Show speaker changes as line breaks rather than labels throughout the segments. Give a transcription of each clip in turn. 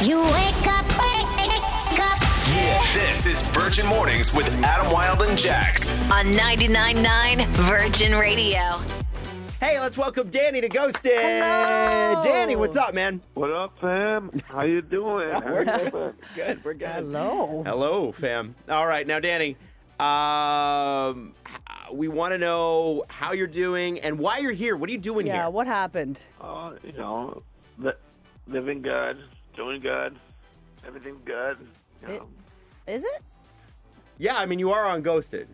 You wake up, wake up.
This is Virgin Mornings with Adam Wilde and Jax.
on 99.9 Virgin Radio.
Hey, let's welcome Danny to Ghosted. Danny, what's up, man?
What up, fam? How you doing?
Good, we're good.
Hello.
Hello, fam. All right, now, Danny, um, h- we want to know how you're doing and why you're here. What are you doing
Yeah,
here?
what happened?
Uh, you know, li- living good, doing good, everything good. You know.
Is it?
yeah, I mean, you are on Ghosted.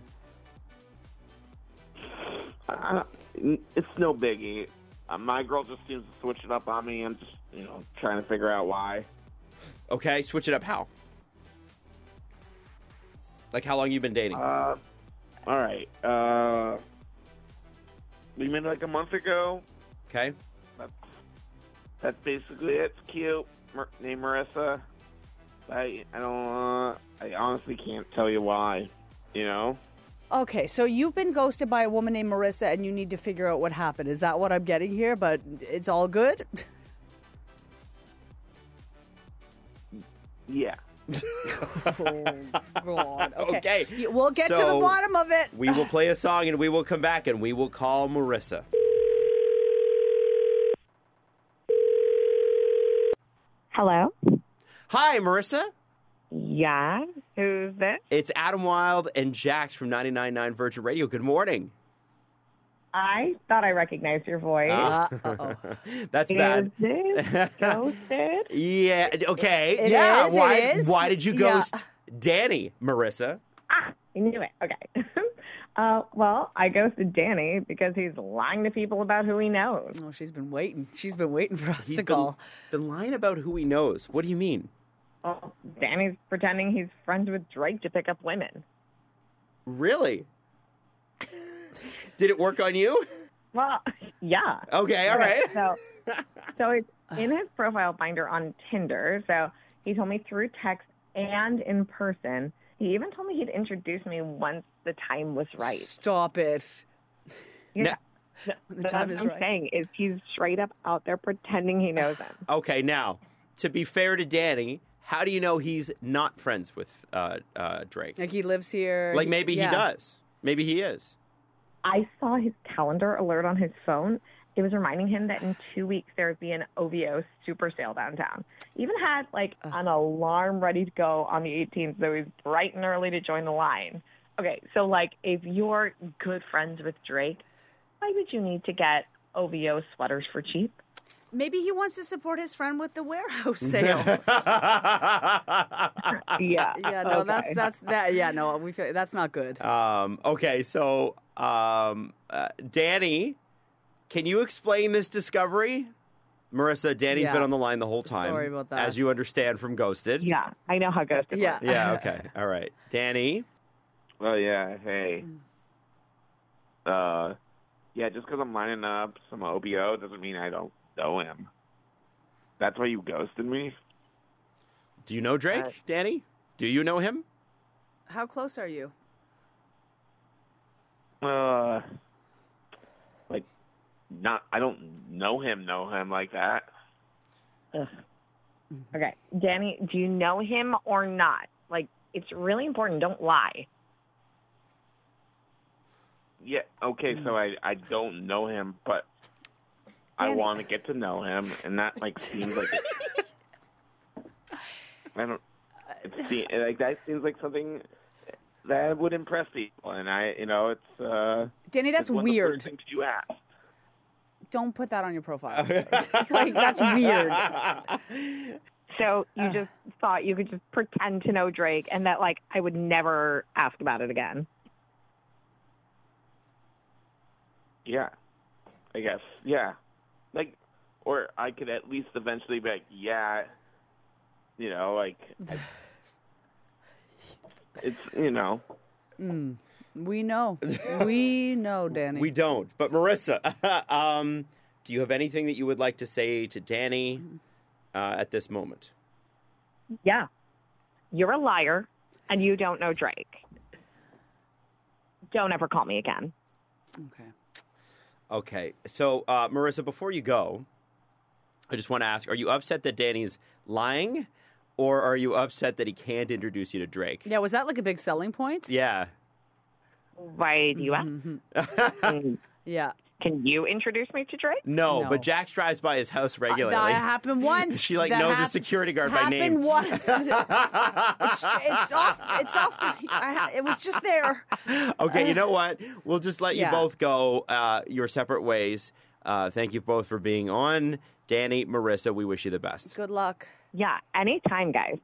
I- I- it's no biggie. Uh, my girl just seems to switch it up on me. I'm just, you know, trying to figure out why.
Okay, switch it up. How? Like, how long you been dating?
Uh, all right. Uh, we met like a month ago.
okay.
That's, that's basically it. It's cute. Mar- named Marissa. I I don't. Uh, I honestly can't tell you why. You know.
Okay, so you've been ghosted by a woman named Marissa and you need to figure out what happened. Is that what I'm getting here? But it's all good?
Yeah.
Oh, God.
Okay,
Y- We'll get to
so-
the bottom of it.
We will play a song and we will come back and we will call Marissa.
Hello.
Hi, Marissa.
Yeah. Who's this?
It's Adam Wilde and Jax from 99.9 Virgin Radio. Good morning.
I thought I recognized your voice.
Ah. That's
is
bad.
this ghosted?
Yeah. Okay.
It
yeah.
is, it
why?
is.
Why did you
Yeah.
ghost Danny, Marissa?
Ah, I knew it. Okay. uh, well, I ghosted Danny because he's lying to people about who he knows.
Oh, she's been waiting. She's been waiting for us
He's
to
been,
call.
been lying about who he knows. What do you mean?
Well, Danny's pretending he's friends with Drake to pick up women.
Really? Did it work on you?
Well, yeah.
Okay. All right.
So, so it's in his profile binder on Tinder. So he told me through text and in person. He even told me he'd introduce me once the time was right.
Stop it.
Yeah.
The
But
time
what
is
I'm
right.
saying is he's straight up out there pretending he knows them.
Okay. Now, to be fair to Danny, how do you know he's not friends with uh, uh, Drake?
Like he lives here.
Like maybe
Yeah.
he does. Maybe he is.
I saw his calendar alert on his phone. It was reminding him that in two weeks there would be an OVO super sale downtown. Even had like an alarm ready to go on the 18th, so he's bright and early to join the line. Okay, so like if you're good friends with Drake, why would you need to get OVO sweaters for cheap?
Maybe he wants to support his friend with the warehouse sale.
Uh, Yeah,
yeah, no, that's
Okay.
that's that. Yeah, no, we feel that's not good.
Um, okay, so um, uh, Danny, can you explain this discovery? Marissa, Danny's
Yeah.
been on the line the whole time.
Sorry about that.
As you understand from Ghosted.
yeah. I know how ghosted.
Yeah.
works.
Yeah, okay. All right. Danny.
Oh yeah. Hey. Uh, yeah. Just because I'm lining up some OBO doesn't mean I don't know him. That's why you ghosted me.
Do you know Drake?
Uh,
Danny? Do you know him?
How close are you?
Uh, like, not. I don't know him. Know him like that.
Okay. Danny, do you know him or not? Like, it's really important. Don't lie.
Yeah. Okay. So I I don't know him, but I want to get to know him, and that like seems like I don't. It seems, like that seems like something that would impress people, and I you know it's uh
Danny, that's
it's one of the
weird.
first things you ask.
Don't put that on your profile. it's like that's weird.
So you just thought you could just pretend to know Drake and that, like, I would never ask about it again.
Yeah, I guess. Yeah, like, or I could at least eventually be like, yeah, you know, like, I, it's you know,
We know. We know, Danny.
We don't. But Marissa, um, do you have anything that you would like to say to Danny
Mm.
uh, at this moment?
Yeah. You're a liar and you don't know Drake. Don't ever call me again.
okay.
Okay. So, uh, Marissa, before you go, I just want to ask: Are you upset that Danny's lying, Or are you upset that he can't introduce you to Drake?
Yeah, was that like a big selling point?
Yeah.
Why do you ask?
Yeah.
Can you introduce me to Drake?
No,
No.
but Jax drives by his house regularly.
That happened once.
She, like,
That
knows a
hap-
security guard by name.
Happened once. it's, it's off. It's off. The, I, ha- it was just there.
okay, you know what? We'll just let you
Yeah.
both go uh, your separate ways. Uh, thank you both for being on. Danny, Marissa, we wish you the best.
Good luck.
Yeah, anytime, guys.